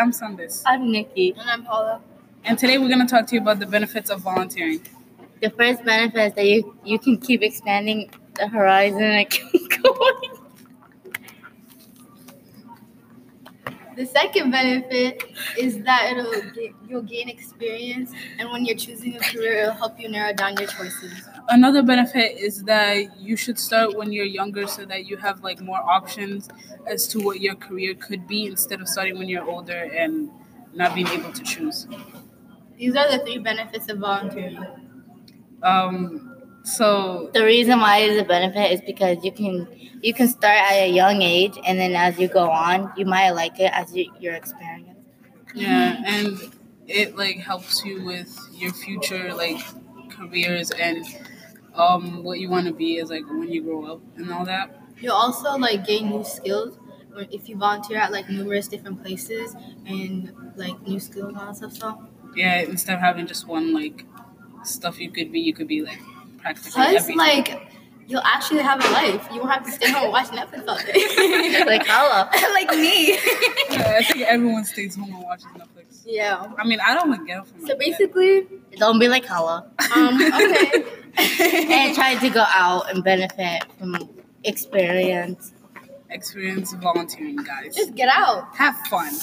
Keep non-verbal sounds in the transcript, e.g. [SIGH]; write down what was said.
I'm Sundis. I'm Nikki. And I'm Paula. And today we're going to talk to you about the benefits of volunteering. The first benefit is that you, you can keep expanding the horizon and keep [LAUGHS] going. The second benefit is that it'll ga- you'll gain experience, and when you're choosing a career, it'll help you narrow down your choices. Another benefit is that you should start when you're younger so that you have like more options as to what your career could be instead of starting when you're older and not being able to choose. These are the three benefits of volunteering. Um, so The reason why it is a benefit is because you can you can start at a young age and then as you go on, you might like it as you, your experience. yeah, and it like helps you with your future like careers and um, what you want to be is like when you grow up and all that. You'll also like gain new skills when- if you volunteer at like numerous different places and like new skills and all that stuff. So Yeah, instead of having just one like stuff you could be, you could be like practically plus, everything. like you'll actually have a life. You won't have to stay home and watch Netflix all day. [LAUGHS] Like Hala. [LAUGHS] like me. Yeah, [LAUGHS] I think everyone stays home and watches Netflix. Yeah. I mean, I don't even get up from my So bed. basically, Don't be like [LAUGHS] Hala. um, okay. [LAUGHS] And try to go out and benefit from experience. experience volunteering, guys. Just get out. Have fun.